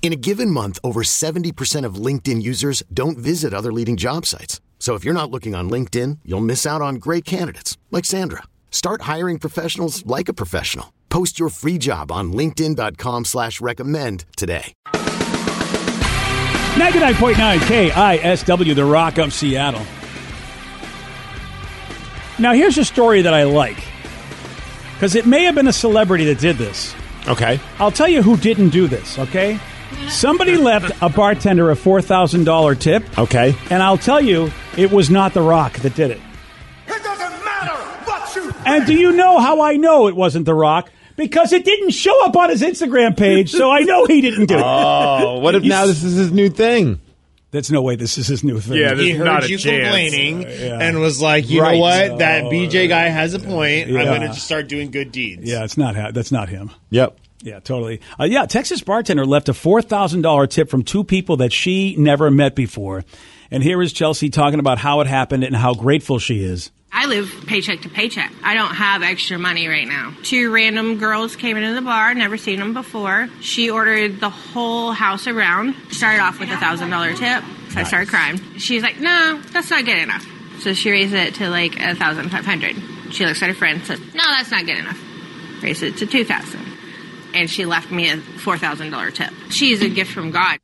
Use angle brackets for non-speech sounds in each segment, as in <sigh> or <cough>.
In a given month, over 70% of LinkedIn users don't visit other leading job sites. So if you're not looking on LinkedIn, you'll miss out on great candidates like Sandra. Start hiring professionals like a professional. Post your free job on linkedin.com slash recommend today. 99.9 KISW, The Rock of Seattle. Now, here's a story that I like because it may have been a celebrity that did this. Okay. I'll tell you who didn't do this, okay? <laughs> Somebody left a bartender a $4,000 tip, Okay. and I'll tell you it was not The Rock that did it. It doesn't matter what you And do you know how I know it wasn't The Rock? Because it didn't show up on his Instagram page, so I know he didn't do it. Oh, what if now this is his new thing? That's no way this is his new thing. Yeah, this he is heard not a you chance. Uh, complaining and was like, you Right. know what? that BJ guy has a point. Yeah. I'm going to just start doing good deeds. yeah, it's not ha- that's not him. Yep. Yeah, totally. Uh, yeah, Texas bartender left a four thousand dollar tip from two people that she never met before, and here is Chelsea talking about how it happened and how grateful she is. I live paycheck to paycheck. I don't have extra money right now. Two random girls came into the bar, never seen them before. She ordered the whole house around. Started off with a thousand dollar tip, so I started crying. She's like, "No, that's not good enough." So she raised it to like a thousand five hundred. She looks at her friend, and says, "No, that's not good enough." Raised it to two thousand, and she left me a four thousand dollar tip. She's a gift from God.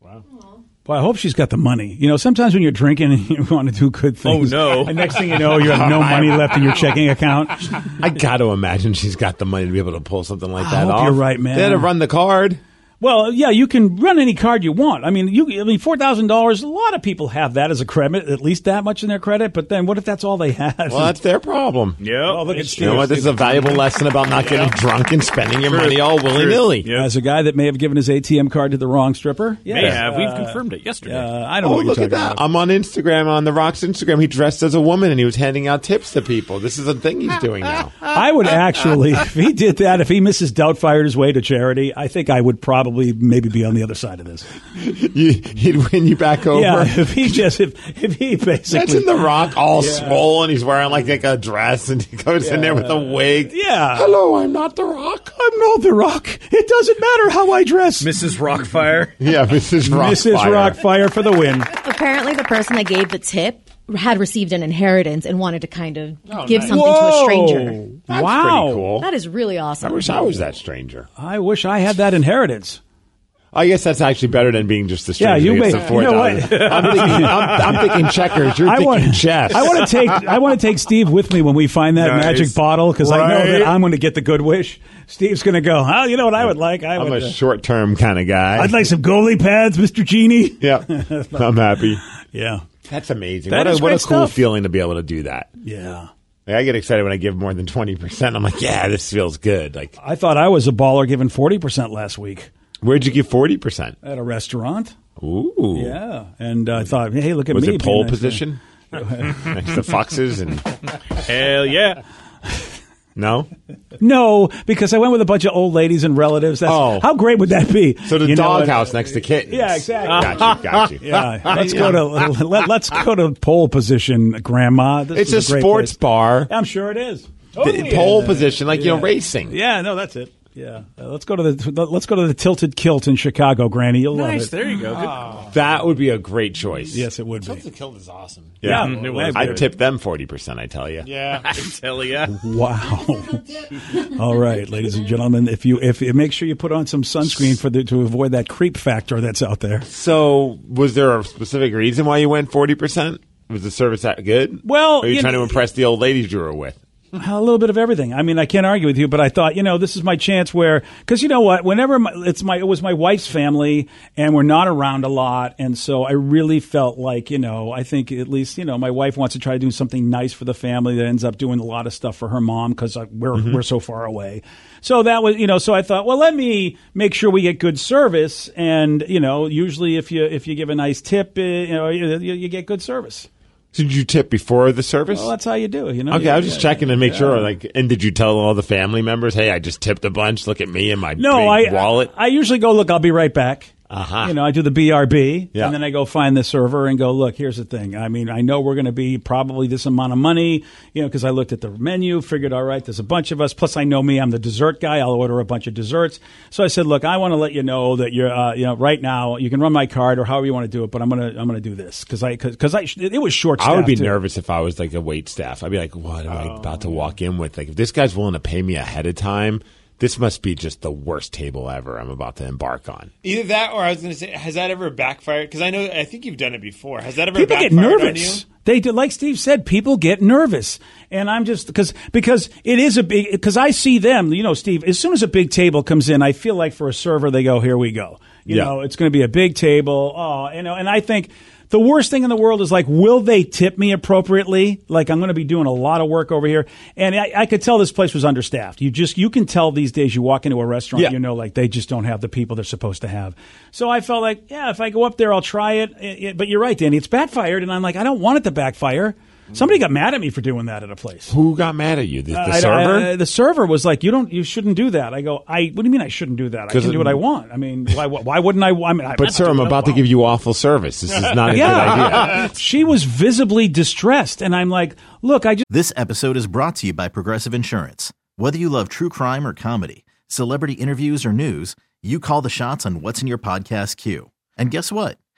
Well, I hope she's got the money. You know, sometimes when you're drinking and <laughs> you want to do good Oh, things, no. and next thing you know, you <laughs> have no money left in your checking account. I got to imagine she's got the money to be able to pull something like that hope off. you're right, man. They had to run the card. Well, yeah, you can run any card you want. I mean, you, I mean, four thousand dollars. A lot of people have that as a credit, at least that much in their credit. But then, what if that's all they have? Well, that's their problem. Yep. <laughs> Oh, look at You know what? This is a valuable lesson about not getting drunk and spending your money all willy nilly. Yep. As a guy that may have given his ATM card to the wrong stripper, May Yes. have. We've confirmed it yesterday. Uh, I don't Oh, know. What look you're at talking that. About. I'm on Instagram, on The Rock's Instagram. He dressed as a woman and he was handing out tips to people. This is a thing he's doing <laughs> now. I would actually, if he did that, if he Mrs. Doubtfired his way to charity, I think I would probably maybe be on the other side of this. You, he'd win you back over. Yeah, if he just, if, if he basically. Imagine The Rock all swollen. He's wearing like, like a dress and he goes in there with a wig. Yeah. Hello, I'm not The Rock. I'm not The Rock. It doesn't matter how I dress. Mrs. <laughs> Rockfire. <laughs> Yeah, Mrs. Rockfire. Mrs. Rockfire for the win. Apparently, the person that gave the tip had received an inheritance and wanted to kind of give something to a stranger. That's wow. pretty cool. That is really awesome. I wish I was that stranger. I wish I had that inheritance. I guess that's actually better than being just the Yeah, stranger. you who gets may- the four you know dollars. what? <laughs> I'm, thinking, I'm, I'm thinking checkers. You're I thinking want, chess. I want to take I want to take Steve with me when we find that Nice. magic bottle because I know that Right. I'm going to get the good wish. Steve's going to go. Oh, you know what I would like? I I'm would. a uh, short term kind of guy. I'd like some goalie pads, Mister Genie. <laughs> Yeah, I'm happy. Yeah, That's amazing. That what is a, what a great cool stuff. feeling to be able to do that. yeah. Like, I get excited when I give more than twenty percent. I'm like, yeah, this feels good. Like, I thought I was a baller given 40% last week where'd you give forty percent? at a restaurant. Ooh, Yeah. And uh, I thought, hey, look at Was me. it pole being nice. <laughs> position? Next to foxes and Hell yeah. no. No, because I went with a bunch of old ladies and relatives. That's, Oh. How great would that be? So the You know what? doghouse next to kittens. Yeah, exactly. Got you. Got you. <laughs> Yeah, <laughs> let's go to <laughs> let, us go to pole position, Grandma. This It's is a great sports place. bar. I'm sure it is. Oh, The pole position, like you know, racing. Yeah, no, that's it. Yeah, Uh, let's go to the let's go to the Tilted Kilt in Chicago, Granny. You'll love it. Nice. There you go. Good. That would be a great choice. Yes, it would be. Killed is awesome. Yeah, Mhm, it I was. agree. I'd tip them 40%, I tell you. Yeah. <laughs> Hell yeah. Wow. <laughs> All right, ladies and gentlemen, if you if make sure you put on some sunscreen for the, to avoid that creep factor that's out there. So, was there a specific reason why you went 40%? Was the service that good? Well, Or are you, you trying know- to impress the old ladies you were with? a little bit of everything. I mean, I can't argue with you, but I thought, you know, this is my chance where, because you know what, whenever my, it's my, it was my wife's family, and we're not around a lot, and so I really felt like, you know, I think at least, you know, my wife wants to try to do something nice for the family that ends up doing a lot of stuff for her mom because we're Mm-hmm. Mhm. we're so far away. So that was, you know, so I thought, well, let me make sure we get good service, and you know, usually if you if you give a nice tip, uh, you know, you, you you get good service. Did you tip before the service? Well, that's how you do, it, you know. okay, You- I was just yeah, checking to make yeah. sure. Like, and did you tell all the family members, "Hey, I just tipped a bunch. Look at me and my No, big I wallet." I usually go look. I'll be right back. Uh-huh. You know, I do the BRB, Yeah. and then I go find the server and go, look, here's the thing. I mean, I know we're going to be probably this amount of money, you know, because I looked at the menu, figured, all right, there's a bunch of us. Plus, I know me, I'm the dessert guy. I'll order a bunch of desserts. So I said, look, I want to let you know that you're, uh, you know, right now you can run my card or however you want to do it, but I'm gonna, I'm gonna do this because I, because I, it was short. I would be too. Oh, nervous if I was like a wait staff. I'd be like, "What am I about to walk in with?" Like, if this guy's willing to pay me ahead of time, this must be just the worst table ever. I'm about to embark on. Either that, or I was going to say, has that ever backfired? Because I know, I think you've done it before. Has that ever people get backfired on you? nervous. They do, like Steve said, people get nervous, and I'm just because because it is a big because I see them. You know, Steve. As soon as a big table comes in, I feel like for a server they go, "Here we go." You Yeah. know, it's going to be a big table. Oh, you know, and I think the worst thing in the world is like, will they tip me appropriately? Like, I'm going to be doing a lot of work over here, and I, I could tell this place was understaffed. You just you can tell these days. You walk into a restaurant, Yeah. you know, like they just don't have the people they're supposed to have. So I felt like, yeah, if I go up there, I'll try it. It- it- But you're right, Danny. It's backfired, and I'm like, I don't want it to backfire. Somebody got mad at me for doing that at a place. Who got mad at you? The, the Uh, I- I- server? I- the server was like, "You don't, you shouldn't do that." I go, "I, what do you mean I shouldn't do that? I 'Cause can it- do what I want. I mean, why, why wouldn't I? I mean, I- but sir, I'm about to give you awful service. This is <laughs> not a good idea. she was visibly distressed, and I'm like, look, I just. This episode is brought to you by Progressive Insurance. Whether you love true crime or comedy, celebrity interviews or news, you call the shots on what's in your podcast queue. And guess what?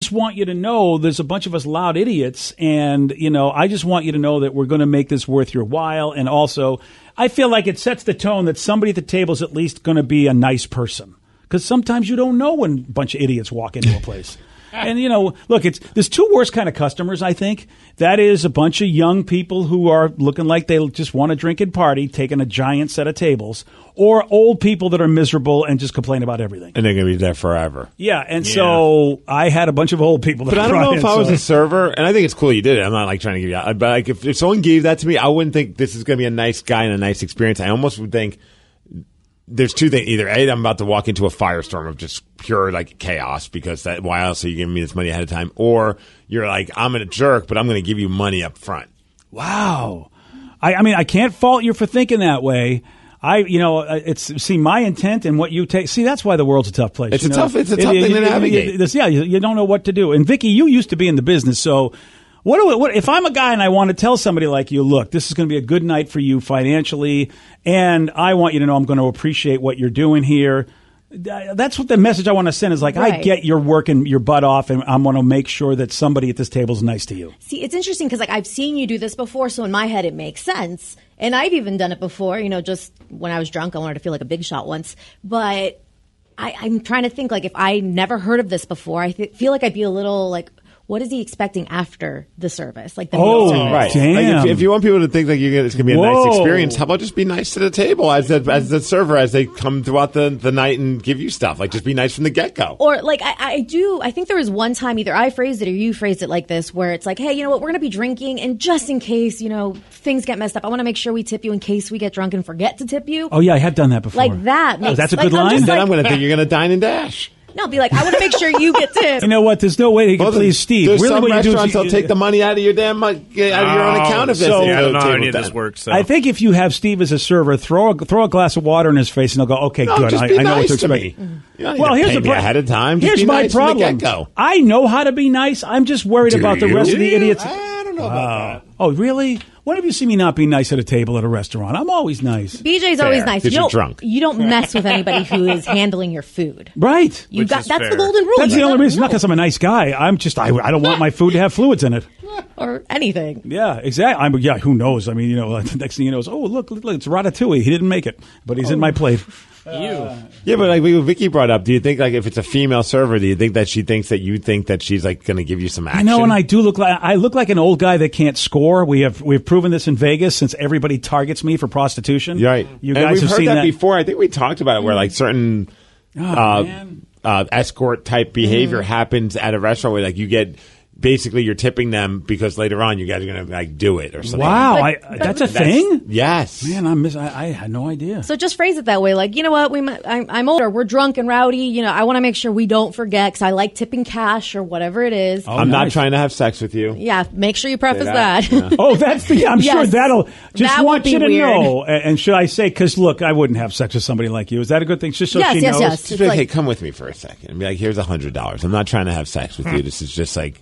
just want you to know there's a bunch of us loud idiots and you know i just want you to know that we're going to make this worth your while and also i feel like it sets the tone that somebody at the table is at least going to be a nice person because sometimes you don't know when a bunch of idiots walk into a place and you know look it's there's two worst kind of customers i think that is a bunch of young people who are looking like they just want to drink and party taking a giant set of tables or old people that are miserable and just complain about everything And they're going to be there forever. yeah, and so I had a bunch of old people. That But I don't brought know in, if I was so- a server, and I think it's cool you did it. I'm not like trying to give you out, but like if, if someone gave that to me, I wouldn't think this is going to be a nice guy and a nice experience. I almost would think there's two things: either a, I'm about to walk into a firestorm of just pure like chaos because that why else are you giving me this money ahead of time? Or you're like I'm a jerk, but I'm going to give you money up front. Wow. I, I mean, I can't fault you for thinking that way. I, you know, uh, it's see my intent and what you take. See, that's why the world's a tough place. It's you a know? tough- it's a tough thing to navigate. this- yeah, you, you don't know what to do. And Vicky, you used to be in the business, so what, do, what if I'm a guy and I want to tell somebody like you, look, this is going to be a good night for you financially, and I want you to know I'm going to appreciate what you're doing here. Th- That's what the message I want to send is like, I Right. get you're working your butt off, and I'm going to make sure that somebody at this table is nice to you. See, it's interesting because like I've seen you do this before, so in my head it makes sense. And I've even done it before, you know, just when I was drunk, I wanted to feel like a big shot once. But I, I'm trying to think like if I never heard of this before, I th- feel like I'd be a little like, what is he expecting after the service? Like the meal service. Oh, right. Like Oh, damn. if, if you want people to think that you're gonna, it's going to be a Whoa. nice experience, how about just be nice to the table as the, as the server as they come throughout the, the night and give you stuff? Like just be nice from the get go. Or like I, I do, I think there was one time either I phrased it or you phrased it like this, where it's like, hey, you know what, we're gonna be drinking, and just in case, you know, things get messed up, I want to make sure we tip you in case we get drunk and forget to tip you. Oh yeah, I have done that before. Like that Oh, makes- that's a like, good I'm line. just then like- I'm going to think you're going to dine and dash. No, be like, I want to make sure you <laughs> get tipped. You know what? There's no way you can Well, please Steve. There's really, some what you do restaurants is you, that'll take the money out of your damn mon- out of your own account if Oh, so, that's yeah, I don't know how table any of this time. works. So. I think if you have Steve as a server, throw a, throw a glass of water in his face, and he'll go, "Okay, No, good. just I, be I know nice what to to expect." me. You don't need Well, to here's pay the me pro- ahead of time. Just Here's be my nice from the problem. get-go. I know how to be nice. I'm just worried Do about the rest you? of the idiots. I don't know about that. Oh, really? When have you seen me not be nice at a table at a restaurant? I'm always nice. BJ's Fair. always nice. 'Cause You you're don't, drunk. you don't mess with anybody <laughs> who is handling your food. Right. You Which got- is that's the fair. golden rule. That's You the only don't reason. Not because I'm a nice guy. I'm just, I, I don't want my food to have fluids in it. or anything. Yeah, exactly. I'm, yeah, who knows? I mean, you know, <laughs> the next thing you know is, oh, look, look, look, it's Ratatouille. He didn't make it, but he's in my plate. Yeah, but like what Vicky brought up, do you think like if it's a female server, do you think that she thinks that you think that she's like going to give you some I action? know, and I do look like I look like an old guy that can't score. We have we've proven this in Vegas since everybody targets me for prostitution. You're right. You And guys we've have heard seen Oh, that, before. I think we talked about it where like certain uh, uh, escort type behavior Mhm. happens at a restaurant where like you get basically you're tipping them because later on you guys are going to like do it or something. Wow, But- I- but- that's a thing? Yes. Man, I miss. I, I had no idea. So just phrase it that way, like you know what, we might, I'm, I'm older, we're drunk and rowdy. You know, I want to make sure we don't forget because I like tipping cash or whatever it is. Oh. I'm not trying to have sex with you. Yeah, make sure you preface that. <laughs> oh, that's the. I'm sure Yes. that'll. Just That would want you be to weird. know. A- And should I say? Because look, I wouldn't have sex with somebody like you. Is that a good thing? Just so Yes, she yes, knows. yes. It's Just be like, like- hey, come with me for a second. And be like, here's a hundred dollars. I'm not trying to have sex with you. This is just like,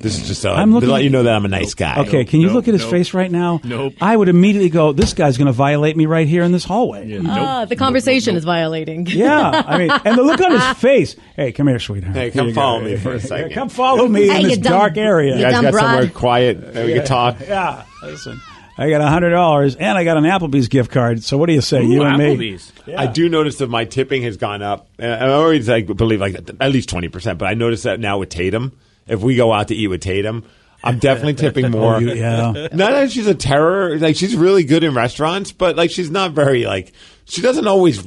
this is just. A, Hmm. I'm I'm looking- to let you know that I'm a nice guy. Okay, can you look at his face right now? Nope. I would immediately go, this guy's going to violate me right here in this hallway. Yeah, Ah, the conversation is violating. I mean, and the look on <laughs> his face. Hey, come here, sweetheart. Hey, Here come you go. follow me for a second. Come follow me Hey, in you this dumb- dark area. you You guys <laughs> dumb got somewhere broad. quiet that we could talk? Yeah, listen. I got hundred dollars, and I got an Applebee's gift card. So what do you say, you and me? I do notice that my tipping has gone up. And I always like believe like at least twenty percent, but I notice that now with Tatum. If we go out to eat with Tatum, I'm definitely tipping more. <laughs> Oh, you- yeah. <laughs> Not that she's a terror. Like she's really good in restaurants, but like she's not very like she doesn't always.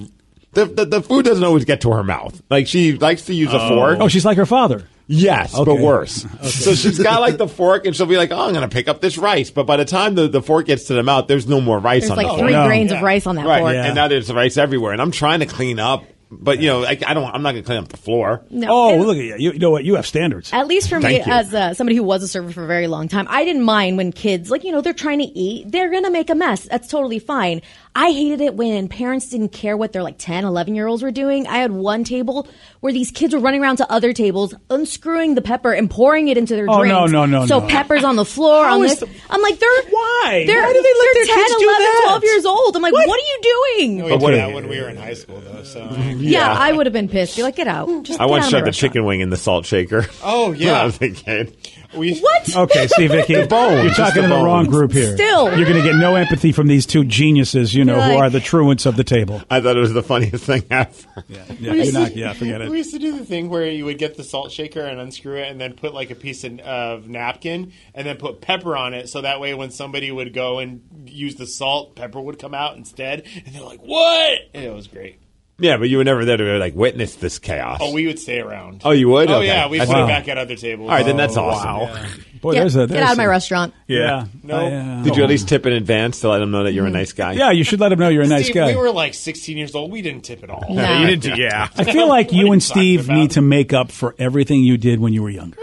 The, the, the food doesn't always get to her mouth. Like she likes to use a fork. Oh, she's like her father. Yes, <laughs> but Okay. worse. So she's got like the fork, and she'll be like, "Oh, I'm going to pick up this rice." But by the time the, the fork gets to the mouth, there's no more rice <laughs> There's on the like fork. three grains of rice on that Right, fork. and now there's rice everywhere, and I'm trying to clean up, but you know, I, I don't. I'm not going to clean up the floor. No. Oh, look at you. you. You know what? You have standards. At least for me, Thank you. as uh, somebody who was a server for a very long time, I didn't mind when kids, like, you know, they're trying to eat. They're going to make a mess. That's totally fine. I hated it when parents didn't care what their, like, 10, 11 year olds were doing. I had one table where these kids were running around to other tables, unscrewing the pepper and pouring it into their Oh, drinks. no, no, no, So no. pepper's on <laughs> the floor, How on is this. the- I'm like, they're. Why? They're, Why do they let they're their kids 10, do 11, that? 12 years old. I'm like, what, What? are you doing? We But did what- that when we were in high school, though. So yeah, I would have been pissed. Be like, get out. Just I once get out of my shoved a restaurant. chicken wing in the salt shaker. Oh, <laughs> yeah. when I was a kid. we What? <laughs> Okay, see, Vicky, <laughs> <laughs> The bone, you're just talking to the the bone. wrong group here. Still. you're going to get no empathy from these two geniuses, you know, who Like- are the truants of the table. I thought it was the funniest thing <laughs> ever. Yeah, you're not, yeah, forget We it. used to do the thing where you would get the salt shaker and unscrew it, and then put like a piece of, of napkin, and then put pepper on it, so that way when somebody would go and use the salt, pepper would come out instead, and they're like, "What?" And it was great. Yeah, but you were never there to like witness this chaos. Oh, we would stay around. Oh, you would? Oh Okay. yeah, we That's put it awesome. back at other tables. Oh, All right, then that's awesome. Boy, Yeah, there's a, get out of my restaurant. Yeah, No. I, uh, Did you at least tip in advance to let them know that Mm. you're a nice guy? yeah, you should let him know you're a nice Steve, guy. We were like 16 years old. We didn't tip at all. Nah. You didn't do, <laughs> yeah. I feel like What are you and you talking Steve about? need to make up for everything you did when you were younger.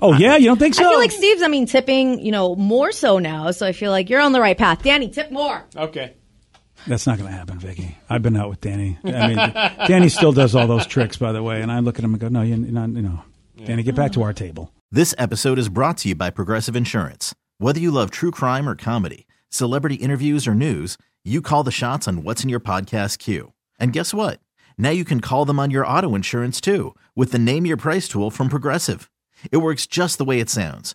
Oh yeah, you don't think so? I feel like Steve's, I mean, tipping, you know, more so now. So I feel like you're on the right path. Danny, tip more. Okay. That's not going to happen, Vicky. I've been out with Danny. I mean, Danny still does all those tricks, by the way. And I look at him and go, "No, you're not. You know, Danny, get back to our table." This episode is brought to you by Progressive Insurance. Whether you love true crime or comedy, celebrity interviews or news, you call the shots on what's in your podcast queue. And guess what? Now you can call them on your auto insurance too with the Name Your Price tool from Progressive. It works just the way it sounds.